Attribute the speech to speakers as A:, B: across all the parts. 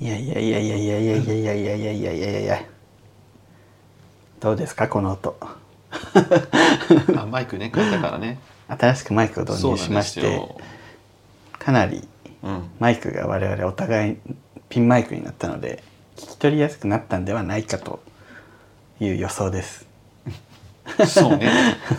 A: いやいやいやいやいやいやいやいやいやいやいやいやいやいやどうですかこの音
B: あマイクね買ったからね
A: 新しくマイクを導
B: そう
A: 入
B: な
A: し
B: んで
A: まして
B: すよ
A: かなり
B: うん
A: マイクが我々お互いピンマイクになったので聞き取りやすくなったんではないかという予想です
B: そうね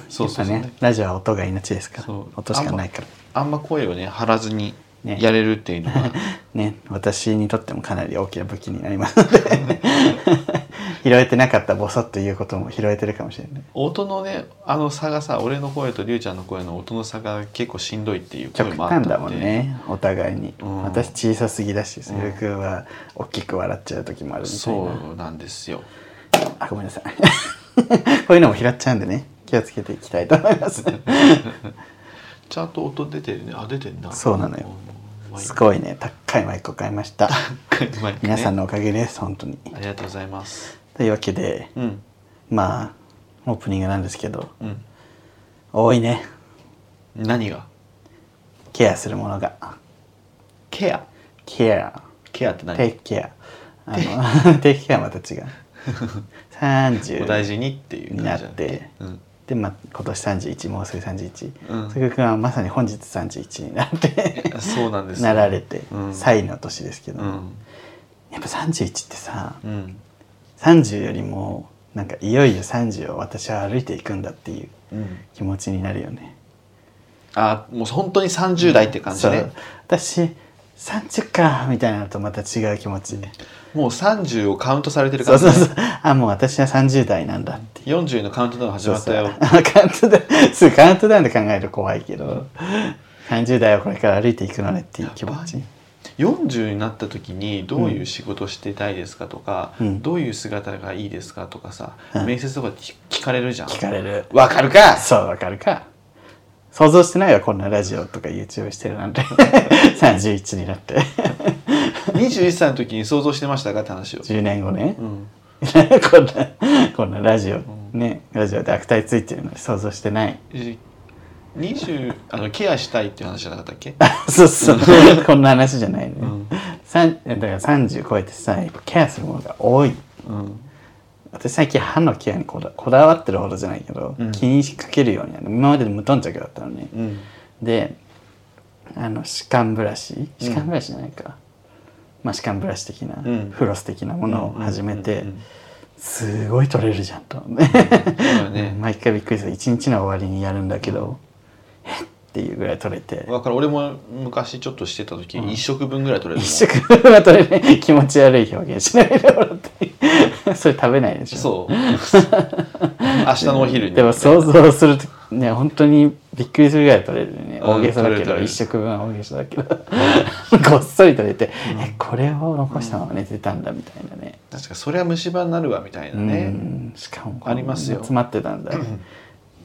B: そうそうそう
A: やっぱねラジオは音が命ですから
B: そう
A: 音しかないから
B: あんま声をね張らずに
A: ね
B: やれるっていうのが、
A: ね、私にとってもかなり大きな武器になりますので 拾えてなかったボソッということも拾えてるかもしれない
B: 音のねあの差がさ俺の声とりゅうちゃんの声の音の差が結構しんどいっていう声
A: 極
B: もあったの
A: 端
B: で
A: だもんねお互いに、
B: うん
A: 私小さすぎだしそゆうくんは大きく笑っちゃう時もあるみたいな、
B: そうなんですよ
A: あごめんなさい こういうのも拾っちゃうんでね気をつけていきたいと思います
B: ちゃんと音出てるねあ出てんな
A: そうなのよ
B: うんマイ
A: す
B: ク
A: ごいね高いマイクを買いました
B: マイクね
A: 皆さんのおかげです本当に
B: ありがとうございます
A: というわけで
B: うん
A: まあオープニングなんですけど
B: うん
A: 多いね
B: 何が
A: ケアするものが
B: ケア
A: ケア
B: ケアって何
A: テイクケア あの テイクケアはまた違う
B: お大
A: 30
B: 事にっていう
A: にな
B: 感
A: っ
B: じん
A: て
B: うん、
A: で、まあ、今年31もうすぐ31
B: うん
A: 佐久君はまさに本日31になって
B: そうなんです よ
A: なられて
B: うん
A: 歳の年ですけど、
B: うん
A: やっぱ31ってさ
B: うん
A: 30よりもなんかいよいよ30を私は歩いていくんだっていう
B: うん
A: 気持ちになるよね。
B: あもう本当に30代って感じ
A: そう
B: ね
A: 私30かみたいなのとまた違う気持ちで、
B: もう30をカウントされてる
A: そ
B: 感
A: う
B: じ
A: そ
B: ね
A: うそうあもう私は30代なんだっていう
B: 40のカウントダウン始まったよ
A: そうそう カウントダウンすぐカウントダウンで考えると怖いけど30代はこれから歩いていくのねっていう気持ち
B: や40になった時にどういう仕事してたいですかとか、
A: うん
B: どういう姿がいいですかとかさ、
A: うん
B: 面接とかで聞聞かれるじゃん
A: 聞かれる
B: わかるか
A: そうわかるか想像してないわこんなラジオとか YouTube してるなん て31にな って
B: 21歳の時に想像してましたかって話を、
A: 10年後ね
B: うん、
A: こんなこんなラジオねラジオで悪態ついてるのに想像してない
B: え20あのケアしたいっていう話じゃなかったっけ
A: そうそうこんな話じゃないね、さんだから30超えてさやっぱケアするものが多い
B: うん
A: 私最近歯のケアにこだこだわってるほどじゃないけど、
B: うん
A: 気にかけるようになる今まで無頓着だったのね、
B: うん
A: であの歯間ブラシ歯間ブラシじゃないか、まあ、歯間ブラシ的な、
B: うん
A: フロス的なものを始めて、
B: うんうんうん
A: すごい取れるじゃんと、ね
B: そうだね
A: 毎回びっくりする一日の終わりにやるんだけど、えっっていうぐらい取れて
B: だから俺も昔ちょっとしてた時、一1食分ぐらい取れるもん
A: 一食は取れない気持ち悪い表現しないでもらって それ食べないでしょ
B: そう明日のお昼に
A: でも想像するとね本当にびっくりするぐらい取れるね
B: うん
A: 大げさだけ
B: 取れ
A: ど
B: る
A: 一食分は大げさだけど ごっそり取れて「えこれを残したまま寝てたんだ」みたいなね
B: 確かそれは虫歯になるわみたいな
A: う
B: ね、
A: んしかも
B: ありますよ
A: 詰まってた んだ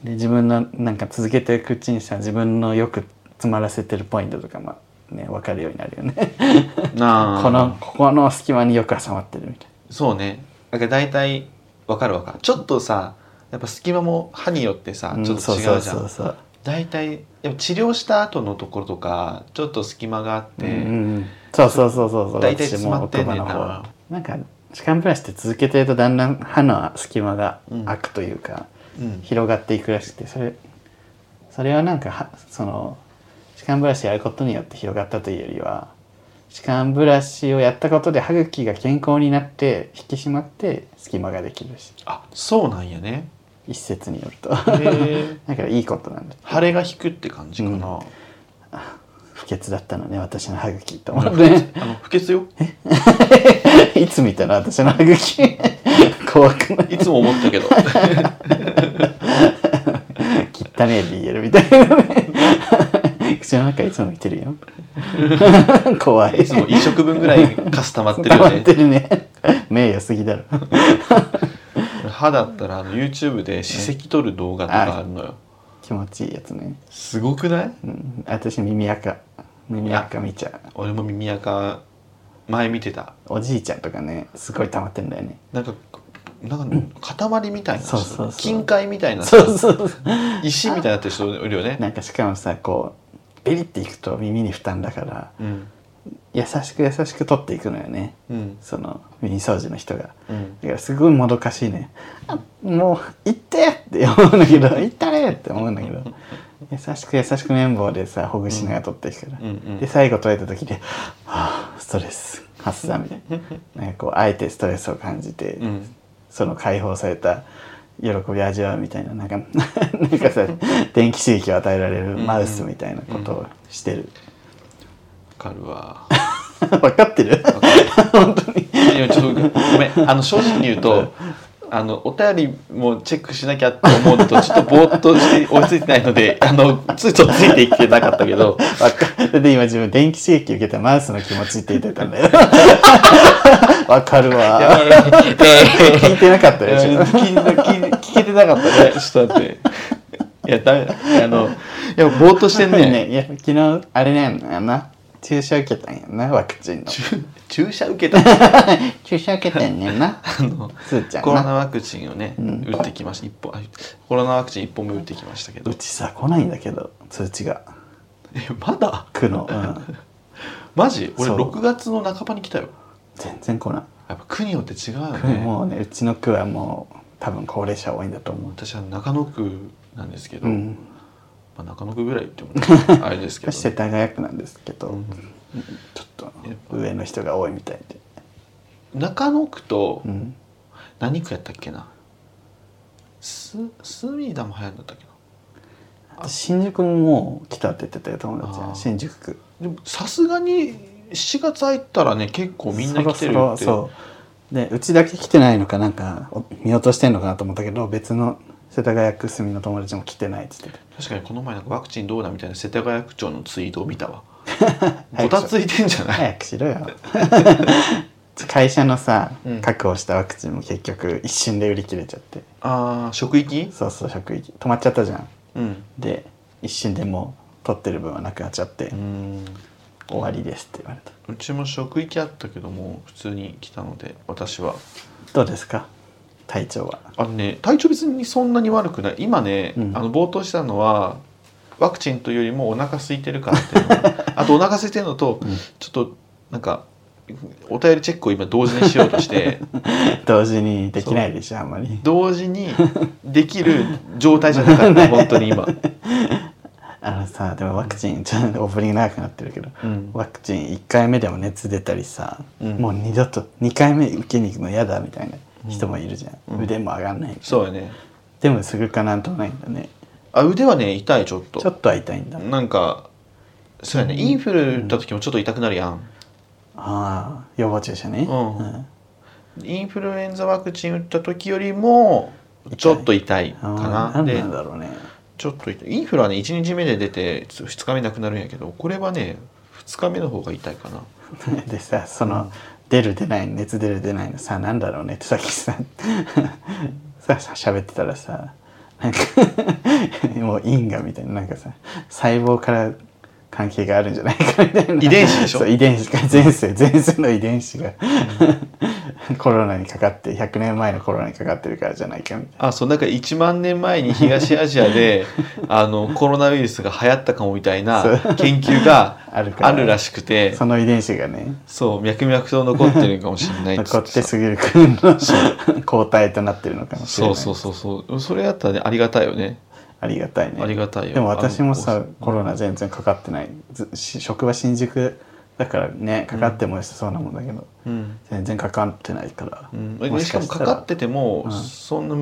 A: で自分のなんか続けていくうちにさ自分のよく詰まらせてるポイントとかまあね分かるようになるよね
B: なあ
A: このここの隙間によく挟まってるみたい
B: そうねだから大体わかるわかるちょっとさやっぱ隙間も歯によってさ
A: な
B: ちょっと違
A: そう
B: うじゃ
A: そうそうんそう
B: 大体やっぱ治療した後のところとかちょっと隙間があって、
A: うんうんそうそうそうそうそう
B: 大体詰まってんねんな
A: 私も男の方なんか歯間ブラシって続けてるとだんだん歯の隙間が
B: うん
A: 開くというか、
B: うん
A: 広がっていくらしくてそれそれはなんかはその歯間ブラシやることによって広がったというよりは歯間ブラシをやったことで歯茎が健康になって引き締まって隙間ができるし
B: あそうなんやね
A: 一説によると
B: へ
A: だ
B: え
A: からいいこと なんだ
B: 腫れが引くって感じかな、
A: 不潔だったのね私の歯茎と思って。
B: あの不潔よ
A: いつ見たの私の歯茎 怖くない
B: いつも思っ たけど
A: 汚ねえ BL みたいなね口の中いつも見てるよ 怖い
B: いつも1食分ぐらいカス溜まってるよ
A: 黙っ
B: ね
A: てるね名誉すぎだろ
B: 歯だったらあの YouTube で歯石取る動画とかあるのよ
A: 気持ちいいやつね、
B: すごくない
A: うん、私耳垢耳垢見ちゃう
B: 俺も耳垢前見てた
A: おじいちゃんとかねすごい溜まってんだよね
B: なんかなんか塊みたいな人
A: そうそうそう
B: 金塊みたいな人
A: そうそうそう
B: 石みたいになってる人いるよね
A: なんかしかもさこうビリっていくと耳に負担だから
B: うん
A: 優しく優しく取っていくのよね
B: うん
A: その耳掃除の人が
B: うん
A: だからすごいもどかしいねあもう行ってって思うんだけど行ったれって思うんだけど優しく優しく綿棒でさほぐしながら取っていくから、
B: うんうん
A: で最後取れた時で「はあストレス発散」みたいななんかこうあえてストレスを感じて、
B: うん
A: その解放された喜びを味わうみたいななんか なんかさ電気刺激を与えられるマウスみたいなことをしてる、
B: わかるわ
A: 分かってる
B: わか るいやちょっとごめんあの正直に言うとあのお便りもチェックしなきゃって思うのとちょっとぼーっとして追いついてないのであのついとついていけなかった けど
A: わかるで今自分電気刺激受けたマウスの気持ちって言ってたんだよ わかるわ聞いてなかったでしょ
B: 聞いてた聞い聞けてなかったねちょっと待っていやダメだあのいやぼーっとしてんね
A: ねいや昨日あれなんやな注射受けたんやなワクチンの
B: 注注射 受けた
A: 注射受けてんねん な
B: あの
A: すーちゃん
B: コロナ
A: な
B: ワクチンをね、打ってきました一本あコロナワクチン一本目打ってきましたけど
A: うちさ来ないんだけど通知が
B: えまだ
A: 区の、うん、
B: マジ俺
A: そう
B: 6月の半ばに来たよ
A: 全然来ない
B: やっぱ区によって違うよ
A: 区
B: ね
A: もうねうちの区はもう多分高齢者多いんだと思う
B: 私は中野区なんですけど、
A: うん
B: まあ、中野区ぐらいっても ねあれですけど、
A: 世
B: ね、
A: 田谷区なんですけど、
B: ん
A: ちょっと上の人が多いみたいで、
B: 中野区と
A: うん、
B: 何区やったっけなす隅田も流行るんだったっけな
A: あと新宿ももう来たって言ってたよ友達
B: あー
A: が新宿区
B: でもさすがに7月入ったらね結構みんな来てるって
A: そろそろそうでうちだけ来てないのかなんかお見落としてんのかなと思ったけど別の世田谷区住みの友達も来てないっつ ってた
B: 確かにこの前なんかワクチンどうだみたいな世田谷区長のツイートを見た わ
A: 早くしろ
B: ごたついてんじゃない
A: 早くしろよ 会社のさ
B: うん
A: 確保したワクチンも結局一瞬で売り切れちゃって
B: ああ職域
A: そうそう職域止まっちゃったじゃん
B: うん
A: で一瞬でもう取ってる分はなくなっちゃって、
B: うん
A: 終わりですって言われた
B: うちも職域あったけども普通に来たので私は
A: どうですか体調は
B: あのね体調別にそんなに悪くない今ね、
A: うん
B: あの冒頭したのはワクチンというよりもお腹空いてるからっ ていうのがあとお腹空いてるのと、ちょっとなんかお便りチェックを今同時にしようとして
A: 同時にできないでしょあんまり
B: 同時にできる状態じゃな かった本当に今、
A: あのさでもワクチンちょっとオープニング長くなってるけど、
B: うん
A: ワクチン1回目でも熱出たりさ、
B: うん
A: もう二度と2回目受けに行くの嫌だみたいな人もいるじゃん、腕も上がんない
B: そうやね
A: でもすぐかなんともないんだね
B: あ腕はね痛いちょっと
A: ちょっとは痛いんだ、あ
B: なんかそうやねインフル打った時もちょっと痛くなるやん、
A: あ予防注射ね、
B: うん
A: うん
B: インフルエンザワクチン打った時よりもちょっと痛いか
A: あ
B: な
A: あなん
B: で
A: なんだろうね
B: ちょっと痛いインフルはね1日目で出て2日目なくなるんやけどこれはね2日目の方が痛いかな
A: でさその、出る出ない熱出る出ないのさなんだろうねってさっきさ ささ喋ってたらさなんか もう因果みたいななんかさ細胞から関係があるんじゃないかみたいな
B: 遺伝子でしょ
A: そう遺伝子が前世前世の遺伝子が コロナにかかって100年前のコロナにかかってるからじゃないかみたい
B: あそうなんか1万年前に東アジア であのコロナウイルスが流行ったかもみたいな
A: そう
B: 研究が
A: あるから
B: あるらしくて
A: なその遺伝子がね
B: そう脈々と残ってるかもしれないっつ
A: 残
B: っ
A: ってて
B: さ
A: すぎる君の 抗体となってるのかもしれ
B: そ
A: ないう
B: そうそうそうそれやったらねありがたいよね
A: ありがたいね
B: ありがたいよ
A: でも私も
B: あ
A: さ
B: のこう
A: コロナ全然かかってないずし職場新宿だからねかかっても良さそうなもんだけど、
B: うん、
A: 全然かかってないから、
B: うん、
A: も
B: し
A: し
B: か
A: か
B: も
A: し
B: か
A: た
B: かっ
A: ら
B: てても、
A: うん
B: そんな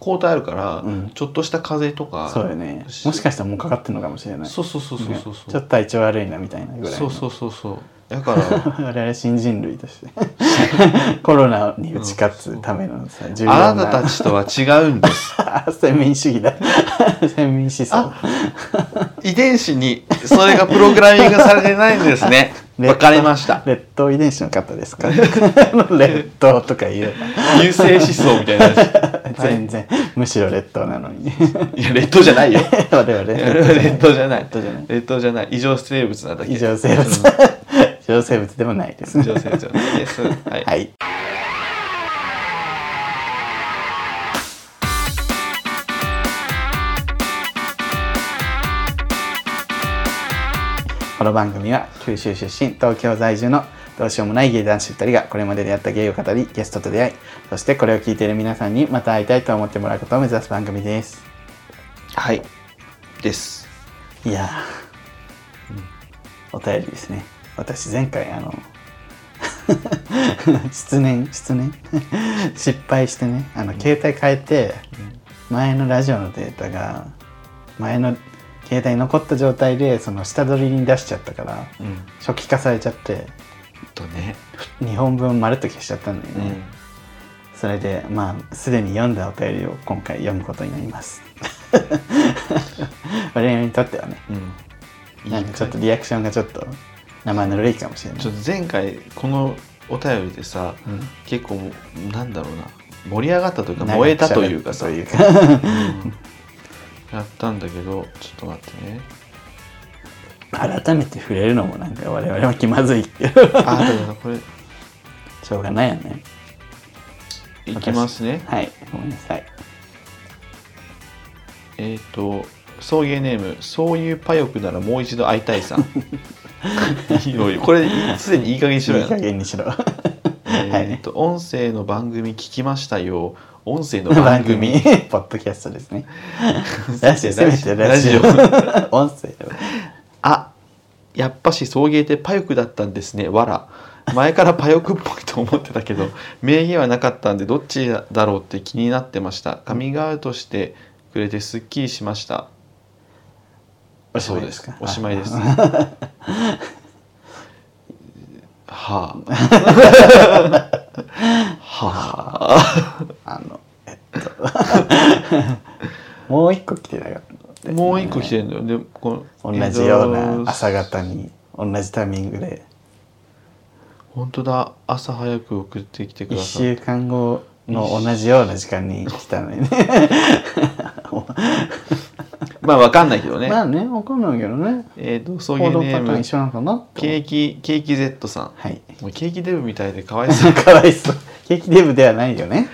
B: 抗体あるから、
A: うん
B: ちょっとした風邪とか
A: そうよねもしかしたらもうかかってるのかもしれない
B: そうそうそうそうそう
A: ね
B: そ
A: ちょっと
B: う
A: 体調悪いなみたいなぐらいの
B: そうそうそうそうだから
A: 我々新人類として コロナに打ち勝つためのさ重要な
B: あなたたちとは違うんです
A: あ 先民主義だ先民思想
B: 遺伝子にそれがプログラミングされてないんです ね
A: レッド
B: わかりました
A: 劣等遺伝子の方ですか 劣等とか言えば
B: 優勢思想みたいなやつ
A: 全然、むしろ劣等なのに
B: いやレッドじゃないよ
A: 我々
B: レッドじゃない
A: 劣等じゃない
B: レッドじゃない異常生物なだけ
A: 異常生物異常生物でもないです
B: 異
A: ね
B: 常生 物じゃないですはい
A: はいこの番組は九州出身東京在住のどうしようもない芸男子2人がこれまで出会った芸を語りゲストと出会いそしてこれを聞いている皆さんにまた会いたいと思ってもらうことを目指す番組です
B: はいです
A: いやー、お便りですね私前回あの 失念失念 失敗してねあの携帯変えて前のラジオのデータが前の携帯に残った状態でその下取りに出しちゃったから
B: うん
A: 初期化されちゃって
B: とね
A: 2本分まるっと消しちゃったんだよ
B: う
A: ね、
B: ん
A: それでまあすでに読んだお便りを今回読むことになります 我々にとってはね
B: うん
A: なんかちょっとリアクションがちょっと生ぬるいかもしれない
B: ちょっと前回このお便りでさ、
A: うん
B: 結構なんだろうな盛り上がったというか燃えたというかさ
A: 長く喋ったというか
B: やったんだけどちょっと待ってね
A: 改めて触れるのもなんか我々も気まずいけど
B: あでもなこれ
A: しょうがないよね
B: いきます ね
A: はいごめんなさい
B: えっ、と送迎ネームそういうパヨクならもう一度会いたいさん いいよいいよこれすでにいい加減にしろ
A: いい
B: よ
A: 加減にしろ
B: えっと音声の番組聞きましたよ音声の
A: 番
B: 番
A: 組
B: 組
A: ポッドキャストですねラジオせめてラ
B: ラ
A: ジ
B: ジ
A: オ
B: オ
A: 音声では
B: あやっぱし送迎ってパヨクだったんですねわら前からパヨクっぽいと思ってたけど 名義はなかったんでどっちだろうって気になってましたカミングアウトしてくれてすっきりしましたそうですおしまいです
A: あ
B: はあは
A: あのえっと もう一個来てなかったんです
B: あ
A: ね
B: もう一個来てるんだよでこの
A: 同じような朝方に同じタイミングで
B: 本当だ朝早く送ってきてく
A: 1
B: ださい
A: 週間後の同じような時間に来たのにね
B: まあわかんないけどね、
A: まあね分かんないけどね
B: えっ、と送
A: 行
B: 迎
A: 動パタ
B: ネー
A: ーン
B: ム
A: 一緒なのかな
B: ケーキケーキ Z さん
A: はい
B: もうケーキデブみたいでかわいそう
A: かわいそうケーキデブではないよね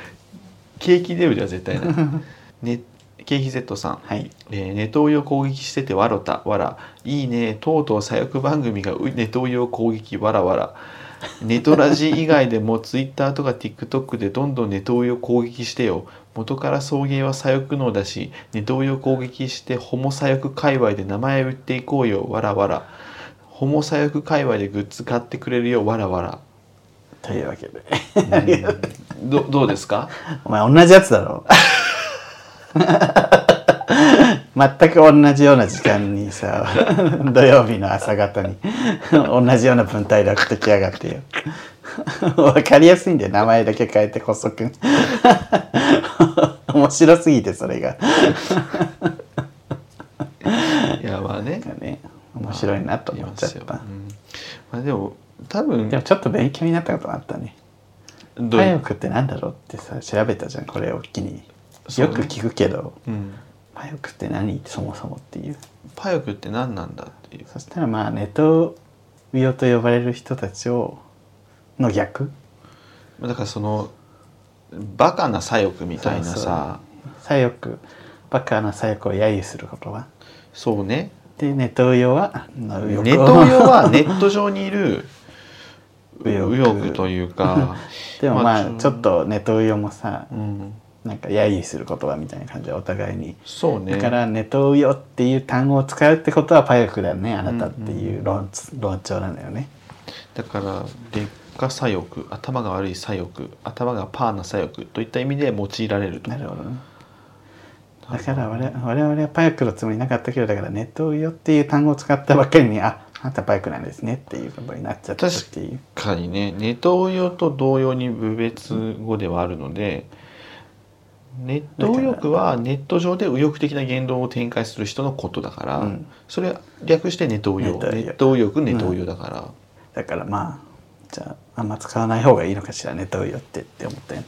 B: ケーキデブでは絶対ない、ね、ケーキ Z さん
A: はい
B: えー、ネトウヨ攻撃しててわろたわらいいねとうとう左翼番組がうネトウヨ攻撃わらわらネトラジ以外で も Twitter とか TikTok でどんどんネトウヨ攻撃してよ元から送迎は左翼脳だしネトウヨ攻撃してホモ左翼界隈で名前売っていこうよわらわらホモ左翼界隈でグッズ買ってくれるよわらわら
A: というわけで
B: どどうで すか
A: お前同じやつだろ 全く同じような時間にさ土曜日の朝方に同じような文体で送ってきやがってよ わかりやすいんだよ名前だけ変えて細く面白すぎてそれが
B: いやまあね
A: なんかね面白いなと思っちゃっ
B: い
A: た、
B: ますようんまあ、でも多分
A: でもちょっと勉強になったこともあったね
B: どうい
A: 体
B: う
A: 力ってなんだろうってさ調べたじゃんこれを機に
B: そう
A: よ
B: ね
A: く聞くけど
B: うん
A: パヨクって何そもそもっていう
B: パヨクって何なんだっていう
A: そしたらまあネトウヨと呼ばれる人たちをの逆
B: まあだからそのバカな左翼みたいなさ
A: 左翼バカな左翼を揶揄する言葉
B: そうね
A: でネトウヨはの
B: ネ
A: 右
B: ッ
A: 翼を
B: ト上はネット上にいる
A: 右翼
B: 右翼というか
A: でもまあちょっ
B: と、
A: とネトウヨもさ
B: うん、
A: なんか揶揄する言葉みたいな感じでお互いに
B: そうね
A: だからネトウヨっていう単語を使うってことはパヨクだねあなたっていう論,、論調なんだよね
B: だから劣化左翼頭が悪い左翼頭がパーな左翼といった意味で用いられると
A: なるほどねだから我々我々はパヨクのつもりなかったけどだからネトウヨっていう単語を使ったばっかりにああなたパヨクなんですねっていうことになっちゃったっていう
B: 確かにねネトウヨと同様に部別語ではあるのでネット右翼はネット上で右翼的な言動を展開する人のことだから、
A: うん
B: それ略してネトウヨ
A: ネトウヨ
B: ネット右翼ネトウヨだから、
A: だからまあじゃああんま使わない方がいいのかしらネトウヨってって思ったよ、ね、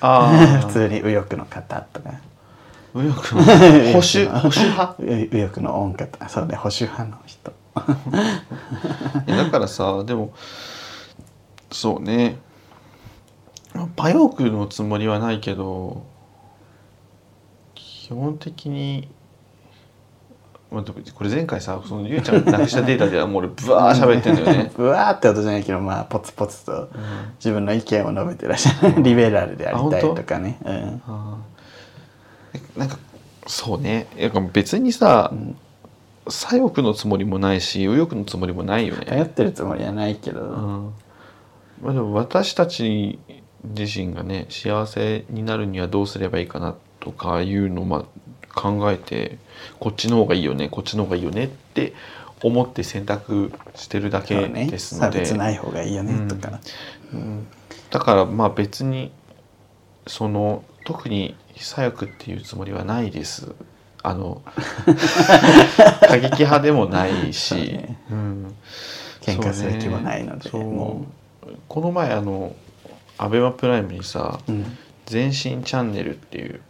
B: ああ
A: 普通に右翼の方とか
B: 右翼の保 守保守派
A: 右右翼の音方そうね保守派の人。
B: いやだからさでもそうねパヨークのつもりはないけど基本的にまあでもこれ前回さそのゆうちゃんがなくしたデータではもう俺ブワー喋ってんだよね
A: ぶわーって音じゃないけどまあポツポツと自分の意見を述べてらっしゃる リベラルでありたいとかね、うん、
B: あーなんかそうねなんか別にさ、左翼のつもりもないし右翼のつもりもないよね。
A: 頼ってるつもりはないけど、
B: うんまあ、でも私たち自身がね幸せになるにはどうすればいいかなとかいうのをまあ考えてこっちの方がいいよねこっちの方がいいよねって思って選択してるだけ
A: そうね
B: です
A: 差
B: ので、
A: 別ない方がいいよねとか、
B: だからまあ別にその特に左翼っていうつもりはないですあの過激派でもないし、
A: そうね
B: うん
A: 喧嘩する気もないので
B: そうねそう
A: も
B: この前あのアベマプライムにさ
A: う、う
B: 「全身チャンネル」っていう、
A: ん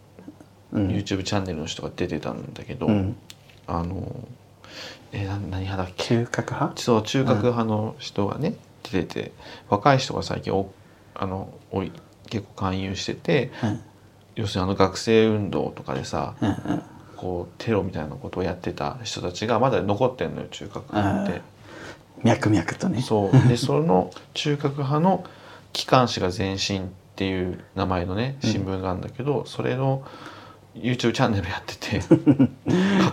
B: YouTube チャンネルの人が出てたんだけど、
A: うん、
B: あのえな何派だっけ
A: 中核派
B: そう中核派の人がね、出てて若い人が最近おあのおい結構勧誘してて
A: うん
B: 要するにあの学生運動とかでさ
A: うんうん
B: こうテロみたいなことをやってた人たちがまだ残ってんのよ中核派って。
A: 脈々とね
B: そうでその中核派の機関紙が「前進」っていう名前のね新聞があるんだけど、それの YouTube チャンネルやって て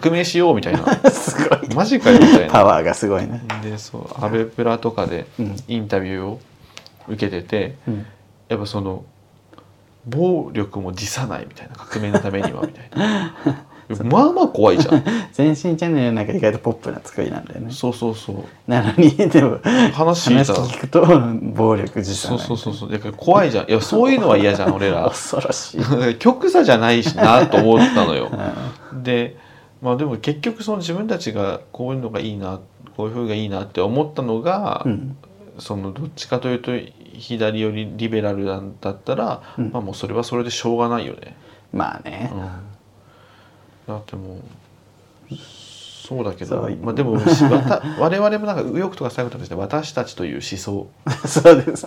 B: 革命しようみたい な
A: すごい
B: マジかよみたい
A: パ
B: な。
A: ワーがすごいな、
B: でそうアベプラとかで
A: うん
B: インタビューを受けてて、
A: うん、
B: やっぱその暴力も辞さないみたいな革命のためにはみたい なまあまあ怖いじゃん
A: 全身チャンネルなんか意外とポップな作りなんだよね
B: そうそうそう
A: なのに でも
B: 話聞い
A: 話
B: た
A: 聞くと暴力自
B: そ
A: 殺
B: うそうそうそうだから怖いじゃんいやそういうのは嫌じゃん俺ら
A: 恐ろしい、
B: 極左じゃないしなと思ったのよ
A: う。ん
B: でまあでも結局その自分たちがこういうのがいいなこういう風がいいなって思ったのが、
A: うん
B: そのどっちかというと左寄りリベラルなんだったら、
A: うん
B: まあもうそれはそれでしょうがないよね。
A: まあね
B: う、ん、だってもうそうだけど
A: そう、
B: まあ、でもわた 我々もなんか右翼とか左翼とかして私たちという思想、
A: そうです、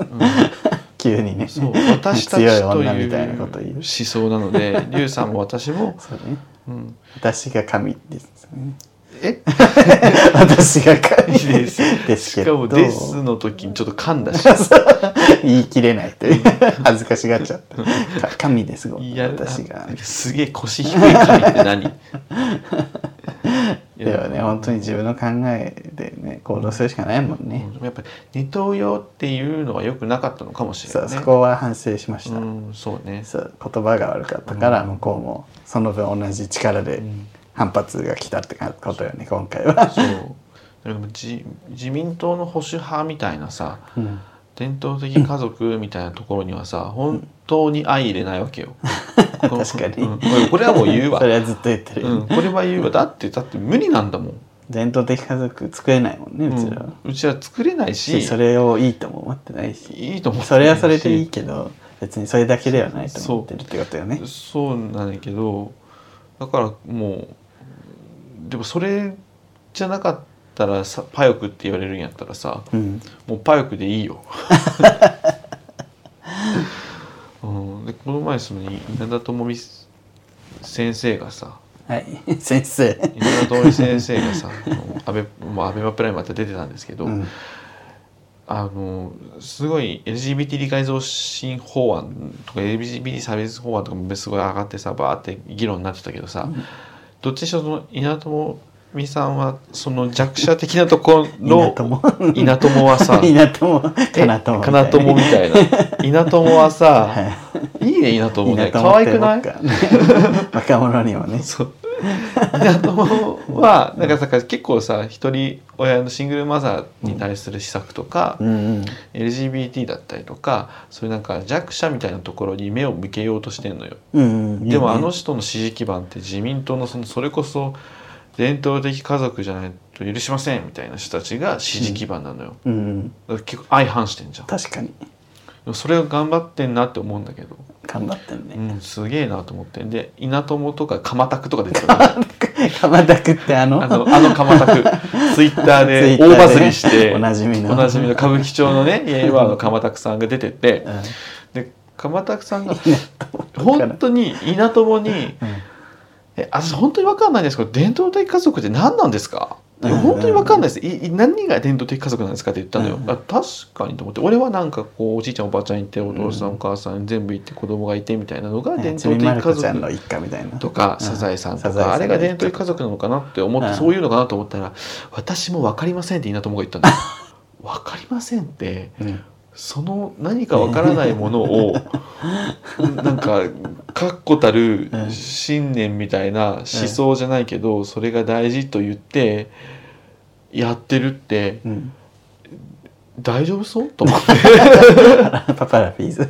A: 急にね
B: そう私たちと
A: 強い女
B: い
A: みたいな
B: う
A: こと言う
B: 思想なのでリュウさんも私も、
A: そうね
B: うん、
A: 私が神ですよ ね
B: え
A: 私が神
B: で
A: ですす です
B: し
A: け
B: か
A: ど
B: も「です」の時にちょっと噛んだし
A: 言い切れないという恥ずかしがっちゃったか神ですごめん
B: いや
A: 私が
B: なんかすげえ腰低い髪って何 い
A: ではね本当に自分の考えでね行動するしかないもんね、
B: うんやっぱり二刀用っていうのは良くなかったのかもしれ
A: そ
B: ないうね
A: そこは反省しました、
B: うんそうね
A: そう言葉が悪かったから向こうもその分同じ力で
B: ん
A: 反発が来たってことよね今回は。
B: そうだからもう自自民党の保守派みたいなさ
A: うん
B: 伝統的家族みたいなところにはさ本当に相入れないわけよ確
A: 確かに
B: これはもう言うわ
A: それはずっと言ってるよね、
B: うん、これは言うわだってだって無理なんだもん
A: 伝統的家族作れないもんねう
B: う
A: ち
B: ん
A: らは、
B: うちは作れないし
A: しそれをいいとも思ってないし
B: いいと思って
A: それはそれでいいけど別にそれだけではないと思ってるってことよね
B: しそうなんやけどだからもうでもそれじゃなかったらさパヨクって言われるんやったらさ
A: うん
B: もうパヨクでいいよ、 うん、でこの前その稲田朋美先生がさ
A: はい 先生
B: 稲田朋美先生がさあのアベ,、まあ、アベマプライムまた出てたんですけど、
A: うん
B: あのすごい LGBT 理解増進法案とか LGBT 差別法案とかもすごい上がってさバーって議論になってたけどさ、どっちにしろその稲友美さんはその弱者的なとこ
A: 稲
B: ろ
A: 友
B: の稲友は さ
A: 稲友か
B: え
A: なとも
B: かなともみた いな稲友はさ、い、いね稲友
A: 稲
B: ね
A: 友
B: 可愛くない
A: ってなんか 若者にもね
B: そう稲友はなんかさ結構さ一人親のシングルマザーに対する施策とか、
A: うんうん
B: LGBT だったりとかそういうなんか弱者みたいなところに目を向けようとしてんのよ。
A: うんうん
B: でもあ
A: いい
B: の
A: ね
B: 人の支持基盤って自民党のそのそれこそ伝統的家族じゃないと許しませんみたいな人たちが支持基盤なのよ。
A: うんうん
B: だから結構相反してんじゃん。で
A: 確かに
B: もそれを頑張ってんなって思うんだけど、
A: 頑張ってん
B: う
A: ね
B: ん、すげえなと思ってで稲友とか鎌田区とか出て たの
A: 鎌田くってあの
B: あのあの鎌田区ツイッター
A: Twitter で
B: で大バズりし て
A: おなじみの
B: おなじみの歌舞伎町の ねイエーワーの鎌田区さんが出てて。
A: うん
B: で鎌田さんが本当に稲友にえあ本当に分かんないんですけど伝統的家族って何なんですかいや
A: うん
B: 本当に分かんないですいい何が伝統的家族なんですかって言ったのよ、
A: うん
B: あ確かにと思って俺はなんかこうおじいちゃんおばあちゃんいてお父さんお母さん全部いて子供がいてみたいなのが伝
A: ねち
B: 統
A: び
B: 的
A: ま
B: 家
A: る子ちゃんの
B: 族
A: 一家みたいな
B: とか、
A: うん
B: サザエさんと
A: サザエさん
B: かあれが伝統的家族なのかなって思って、
A: うん
B: そういうのかなと思ったら私も分かりませんって稲友が言ったんです 分かりませんって
A: うん
B: その何かわからないものをなんか確固たる
A: うん
B: 信念みたいな思想じゃないけど、それが大事と言ってやってるって
A: うん、
B: 大丈夫そうと思って
A: パパラフィーズ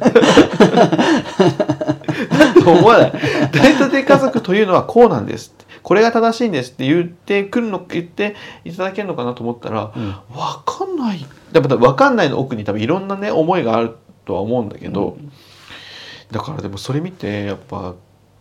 B: 思わない。大統領家族というのはこうなんですってこれが正しいんですって言ってくるの言っていただけるのかなと思ったら
A: うん
B: わかんないだからわかんないの奥に多分いろんなね思いがあるとは思うんだけど、だからでもそれ見てやっぱ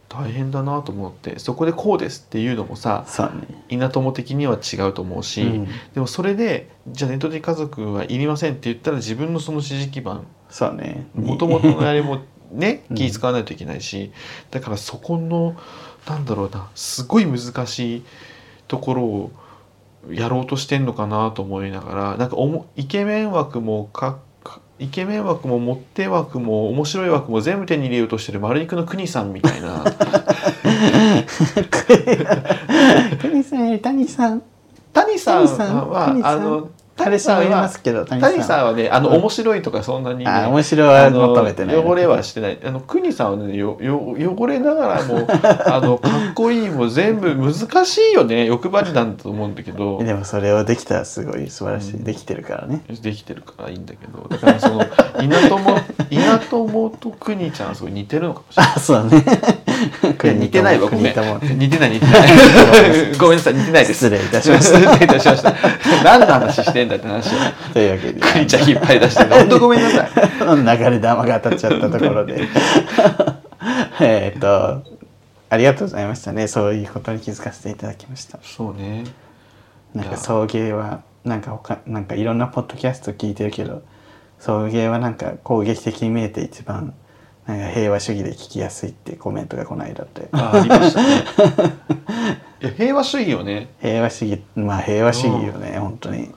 B: 大変だなと思ってそこでこうですっていうのもさ
A: そうね
B: 稲友的には違うと思うし、
A: うん
B: でもそれでじゃあネット的家族はいりませんって言ったら自分のその支持基盤
A: そう ね
B: もともとのあれもね
A: うん
B: 気使わないといけないし、だからそこのなんだろうなすごい難しいところをやろうとしてんのかなと思いながらなんかおもイケメン枠もかかイケメン枠も持って枠も面白い枠も全部手に入れようとしてる丸肉の国さんみた いな
A: 谷さんより谷さん
B: 谷さん
A: 谷さん
B: は
A: 谷さん
B: あの
A: 彼
B: 谷
A: 氏も
B: さ
A: い
B: ん
A: ま
B: は
A: すけど谷
B: 谷
A: さ
B: さ
A: ん
B: んはねあの
A: うん
B: 面白いとかそんなにね、
A: あ面白は
B: あの
A: 求めてない
B: 汚れはしてないあの国さんはねよよ汚れながら もあのかっこいいも全部難しいよね欲張りなんだと思うんだけど
A: でもそれをできたらすごい素晴らしい、
B: うん
A: できてるから ね
B: できてるからいいんだけどだからそ の稲友稲友と国ちゃんはすごい似てるのかもしれない
A: あそうね
B: いや似てないわご めん
A: 国友
B: 似てない似てない ごめんなさい似てないです
A: 失礼いたしました
B: 失礼いたしました 何の話してんだって話を
A: というわけで
B: 国ちゃん引っ張り 出して本当ごめんなさい
A: 流れ玉が当たっちゃったところで えっとありがとうございましたねそういうことに気づかせていただきました
B: そうね
A: なんか送迎はなんか他なんかいろんなポッドキャスト聞いてるけど送迎はなんか攻撃的に見えて一番なんか平和主義で聞きやすいってコメントがこないだって
B: あありましたね いや平和主義よね
A: 平和主義まあ平和主義よね本当に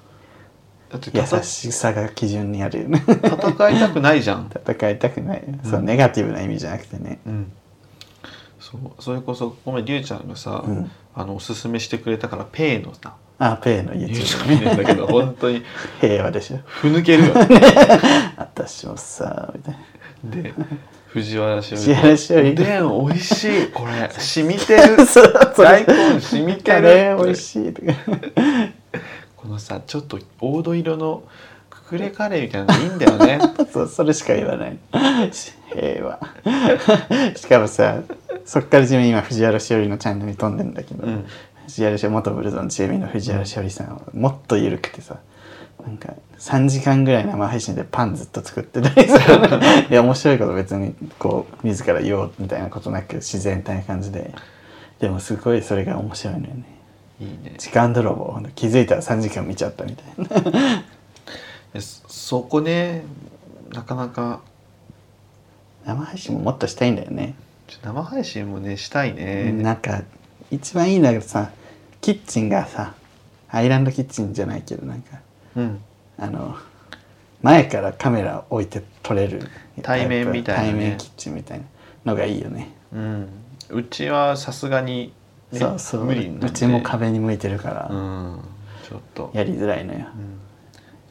B: だってたた
A: 優しさが基準にあるよね
B: 戦いたくないじゃん、
A: 戦いたくない、そううんネガティブな意味じゃなくてね
B: うん、そうそれこそごめんりゅうちゃんがさ、
A: うん
B: あのおすすめしてくれたからペイのさ
A: あペイの
B: りゅうちゃ
A: YouTube
B: ん見る
A: ね
B: んだけど本当に
A: 平和でしょ
B: ふぬけるよね
A: 私もさみたいな
B: で藤原しおり
A: 藤原しおり
B: おでん美味しい これ染みてる
A: そうそれ
B: 大根染みて
A: カ
B: る
A: レー美味しいとか
B: このさちょっと黄土色のくくれカレーみたいなのいいんだよ ね
A: そうそれしか言わない平和しかもさそっから自分今藤原しおりのチャンネルに飛んでんだけど、
B: うん
A: 藤原しおり元ブルゾンチームの藤原しおりさんはもっと緩くてさなんか3時間ぐらい生配信でパンずっと作ってたりさいや面白いこと別にこう自ら言おうみたいなことなく自然体な感じででもすごいそれが面白いのよね
B: いいね
A: 時間泥棒気づいたら3時間見ちゃったみたいな
B: でそそこねなかなか
A: 生配信ももっとしたいんだよね、
B: ちょ生配信もねしたいね、
A: なんか一番いいのがさキッチンがさアイランドキッチンじゃないけどなんか
B: うん、
A: あの前からカメラ置いて撮れる
B: 対面みたいなね
A: 対面キッチンみたいなのがいいよね
B: うん、うちはさすがに、ね、
A: そうそう
B: 無理なんで
A: うちも壁に向いてるから、
B: うんちょっと、
A: やりづらいのよ、
B: うん、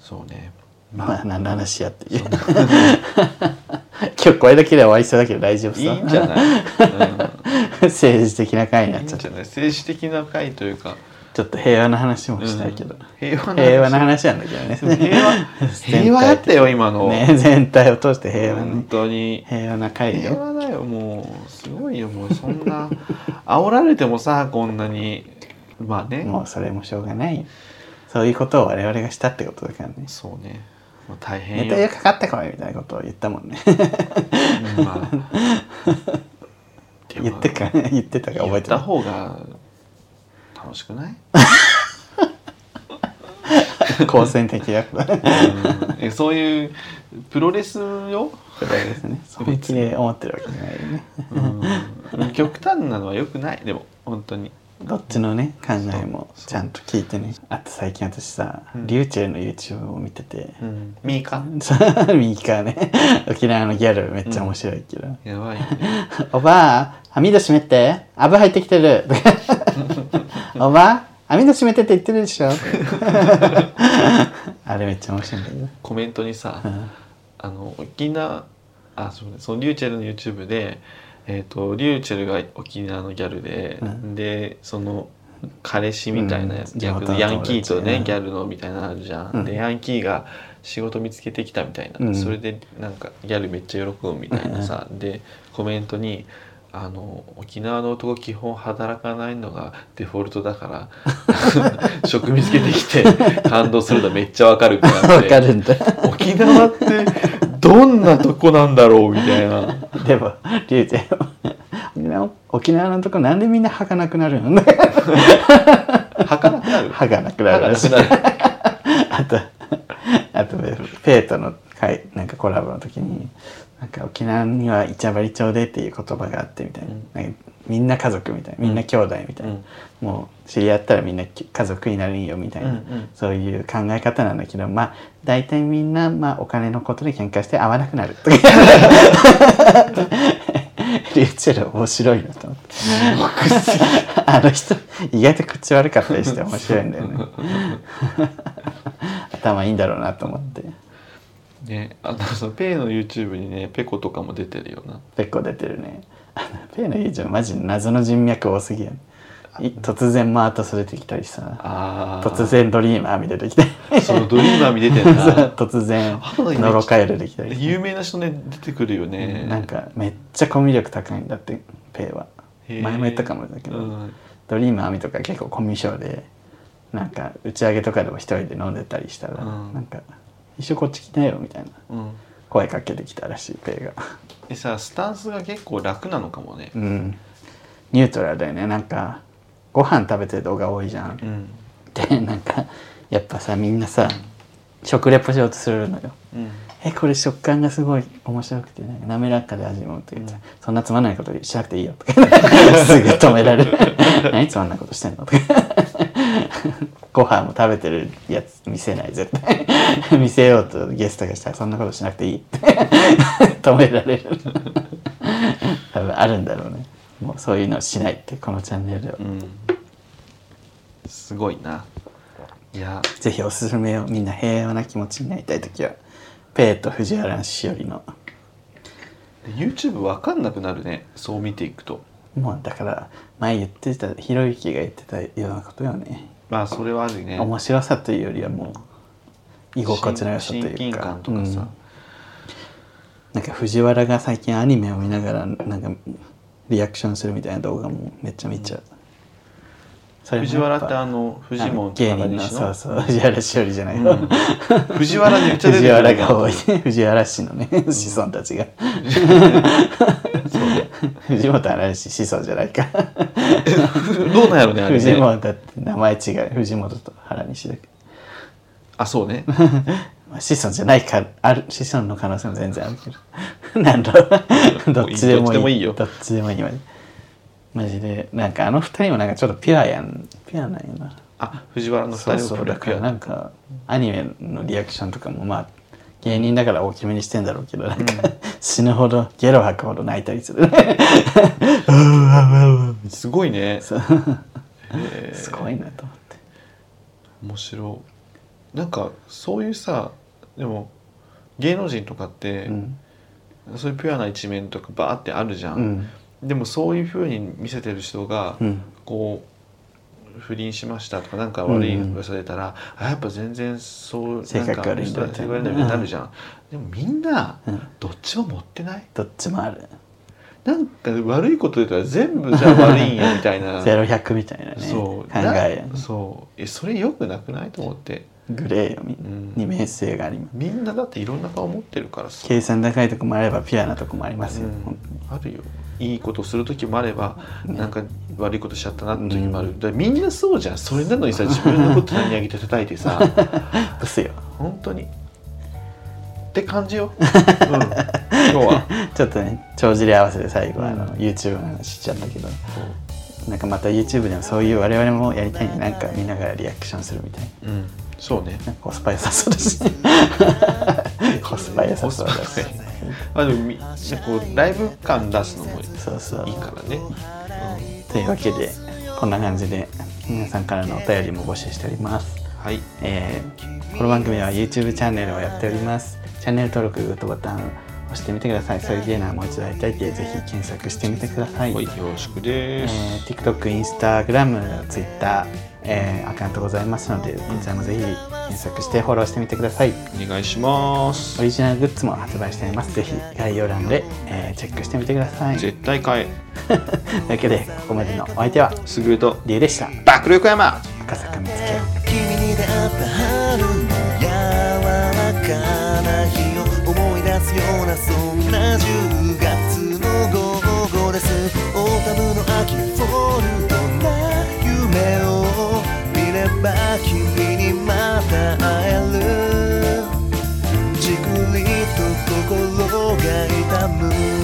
B: そうね
A: まあ何の話やっていう 今日これだけで終わりそうだけど大丈夫
B: いいんじゃ
A: さ
B: ない、
A: 政治的な回に
B: うん、
A: なっ
B: いい
A: ちゃ
B: ん
A: った
B: じゃない政治的な回とい うか、
A: ちょっと平和な話も
B: うん
A: したいけど、
B: 平和な
A: 平和な話なんだけどね
B: 平和平和やったよ今の、
A: ね全体を通して平和
B: 本
A: ね
B: 当に
A: 平和な会
B: 平
A: よ
B: 和だよもうすごいよもうそんな煽られてもさこんなにまあね、
A: もうそれもしょうがないそういうことを我々がしたってことだからね
B: そうね、まあ、大
A: ネ
B: 変よ
A: タよかかってこいみたいなことを言ったもんね
B: うんまあ でも
A: 言ってか言ってたか覚えて
B: 言った
A: た
B: 方が楽しくない
A: 好戦的だったね
B: えそういうプロレスよ
A: ですね本気で思ってるわけじゃないよね
B: うん極端なのは良くないでも本当に
A: どっちのね考えもちゃんと聞いてねあと最近私さ、
B: うん
A: リューチェルの YouTube を見てて、
B: うんミーカ
A: さ右からね沖縄のギャルめっちゃ面白いけど、
B: やばいね
A: おばあ網戸閉めてアブ入ってきてるおばあ網戸閉めてって言ってるでしょ あれめっちゃ面白いんだけど
B: コメントにさ、あの沖縄あそうねそのリューチェルの YouTube でえっ、とリューチェルが沖縄のギャルで、
A: うん
B: でその彼氏みたいなやつ、
A: うん
B: 逆
A: 地元
B: に
A: の
B: ヤンキーとね、
A: 友達ね
B: ギャルのみたいなのあるじゃん、
A: うん
B: でヤンキーが仕事見つけてきたみたいな、
A: うん
B: それでなんかギャルめっちゃ喜ぶみたいなさ、でコメントにあの沖縄の男基本働かないのがデフォルトだから 職見つけてきて感動するのめっちゃわかるから
A: わかるんだ
B: 沖縄ってどんなとこなんだろうみたいな
A: でもリュウちゃんは沖縄沖縄のとこなんでみんな歯がなくなるの
B: はかなくなる
A: 歯がなくな
B: は
A: る
B: からな
A: し
B: く
A: い
B: なる
A: あと、 あとね、ペイとの会、なんかコラボの時に、なんか沖縄にはイチャバリ町でっていう言葉があってみたいな。
B: うん
A: なんかみんな家族みたいな、みんな兄弟みたいな。もう知り合ったらみんなき家族になるんよみたいな、
B: うんうん
A: そういう考え方なんだけど、まあ、大体みんな、まあ、お金のことで喧嘩して会わなくなる とか。リューチェル面白いなと思って。あの人、意外と口悪かったりして面白いんだよね。 頭いいんだろうなと思って
B: ねあのそのペイの YouTube にねペコとかも出てるよな
A: 結構出てるね あのペイの友情マジ謎の人脈多すぎやねい突然マートそれてきたりさ
B: あー
A: 突然ドリーマーみたいな出てきたり
B: そうドリーマー見出てる
A: そう
B: な
A: 突然
B: あそうだよね
A: ノロカエルできたり
B: 有名な人ね出てくるよね、
A: なんかめっちゃコミュ力高いんだってペイは
B: へー
A: 前も言ったかもだけど、
B: うん
A: ドリームアミとか結構コミュ障でなんか打ち上げとかでも一人で飲んでたりしたら、
B: うん
A: なんか「一緒こっち来なよ」みたいな
B: うん
A: 声かけてきたらしいペイが。
B: でさスタンスが結構楽なのかもね
A: うん、ニュートラルだよねなんかご飯食べてる動画多いじゃん
B: う。ん
A: でなんかやっぱさみんなさ食レポしようとするのよ。
B: うん
A: えこれ食感がすごい面白くてなんか滑らかで味もとか言って、
B: うん
A: そんなつまんないことしなくていいよとか すぐ止められる 何つまんないことしてんのとか ご飯も食べてるやつ見せない絶対 見せようとゲストがしたらそんなことしなくていいって 止められる 多分あるんだろうねもうそういうのをしないってこのチャンネルでは、
B: うんすごいないや
A: ぜひおすすめをみんな平和な気持ちになりたい時はペイと藤原しおりの
B: YouTube わかんなくなるねそう見ていくと
A: もうだから前言ってたひろゆきが言ってたようなことよね
B: まあそれはあるね
A: 面白さというよりはもう居心地の良さというか
B: 親親近感とか
A: う
B: さ
A: ん、なんか藤原が最近アニメを見ながらなんかリアクションするみたいな動画もめっちゃ見ちゃう、それも
B: 藤
A: や
B: 原
A: ぱ
B: ってあのフジモンと
A: 芸
B: か
A: 人
B: 何
A: の
B: し
A: そう
B: の
A: そう藤原しおりじゃないの、
B: 藤原めっちゃ出て
A: 藤
B: く
A: 原
B: る
A: が多い
B: よ
A: ね藤原氏のね子孫たちが 藤本原氏子孫じゃないか
B: どうなんやろねあれ
A: 藤
B: ね
A: 本だって名前違う藤本と原西だけど
B: あそうね
A: まあ子孫じゃないかある子孫の可能性も全然あるけど なんだろうどっち でもいい
B: どっちでもいいよ
A: どっちでもいいマジマジでなんかあの二人もなんかちょっとピュアやんピュアなんやな
B: あ藤原の
A: そ
B: 二
A: う
B: 人
A: そ
B: の
A: う
B: プ
A: だ
B: ロ
A: か
B: ク
A: ら
B: や
A: なんかアニメのリアクションとかもまあ芸人だから大きめにしてんだろうけどなん か、死ぬほどゲロ吐くほど泣いたり するね
B: すごいね
A: そう
B: へ
A: す
B: ー
A: ごいなと思って
B: 面白いなんかそういうさでも芸能人とかって、
A: うん
B: そういうピュアな一面とかバーってあるじゃ、
A: うんん
B: でもそういうふうに見せてる人が、
A: うん
B: こう不倫しましたとかなんか悪い噂出たら、あやっぱ全然そう
A: 性格悪いんだ
B: なんか性格悪いんだみたいになるじゃん、でもみんな
A: うん
B: どっちも持ってない
A: どっちもある
B: なんか悪いこと言ったら全部じゃあ悪いん やみたいな
A: ゼロ百みたいなね考
B: そう
A: えやん
B: なそうえそれよくなくないと思って
A: グレーよみ
B: ん
A: に面性があります
B: みんなだっていろんな顔持ってるからさ
A: 計算高いとこもあればピュアなとこもありますよ、
B: うん
A: 本当に
B: あるよいいことする時もあれば、なんか悪いことしちゃったなって時もある、だからみんなそうじゃんそれ なのにさ自分のこと何上げて叩いてさ
A: ですよ
B: 本当にって 感じよ、うん、今日は
A: ちょっとね帳尻合わせで最後はあの、
B: うん
A: YouTube の話しちゃったけどなんかまた YouTube でもそういう我々もやりたいねなんか見ながらリアクションするみたいな
B: う、ん、そうね
A: なんかコスパ良さそうだしコスパ良さそうだし
B: まあでもみなんかこうライブ感出すのもいい
A: そうそう
B: からね、うん
A: というわけでこんな感じで皆さんからのお便りも募集しております
B: はい
A: えーこの番組は YouTube チャンネルをやっておりますチャンネル登録グッドボタンを押してみてくださいそういうゲーナーもう一度やりたいってぜひ検索してみてください、
B: はい、よろしくです、
A: えー TikTok、Instagram、Twitter、えーアカウントございますのでこちらもぜひ検索してフォローしてみてください
B: お願いします
A: オリジナルグッズも発売しておりますぜひ概要欄で、えーチェックしてみてくださいという
B: 絶対買え
A: わけでここまでのお相手は
B: 優れと
A: リュウでした
B: 爆力山
A: 赤坂見つけ
C: 君に出会った春の柔らかな日を思い出すようなそんな10月の午後ですオータムの秋フォルトな夢を見れば君にまた会えるじくりと心が痛む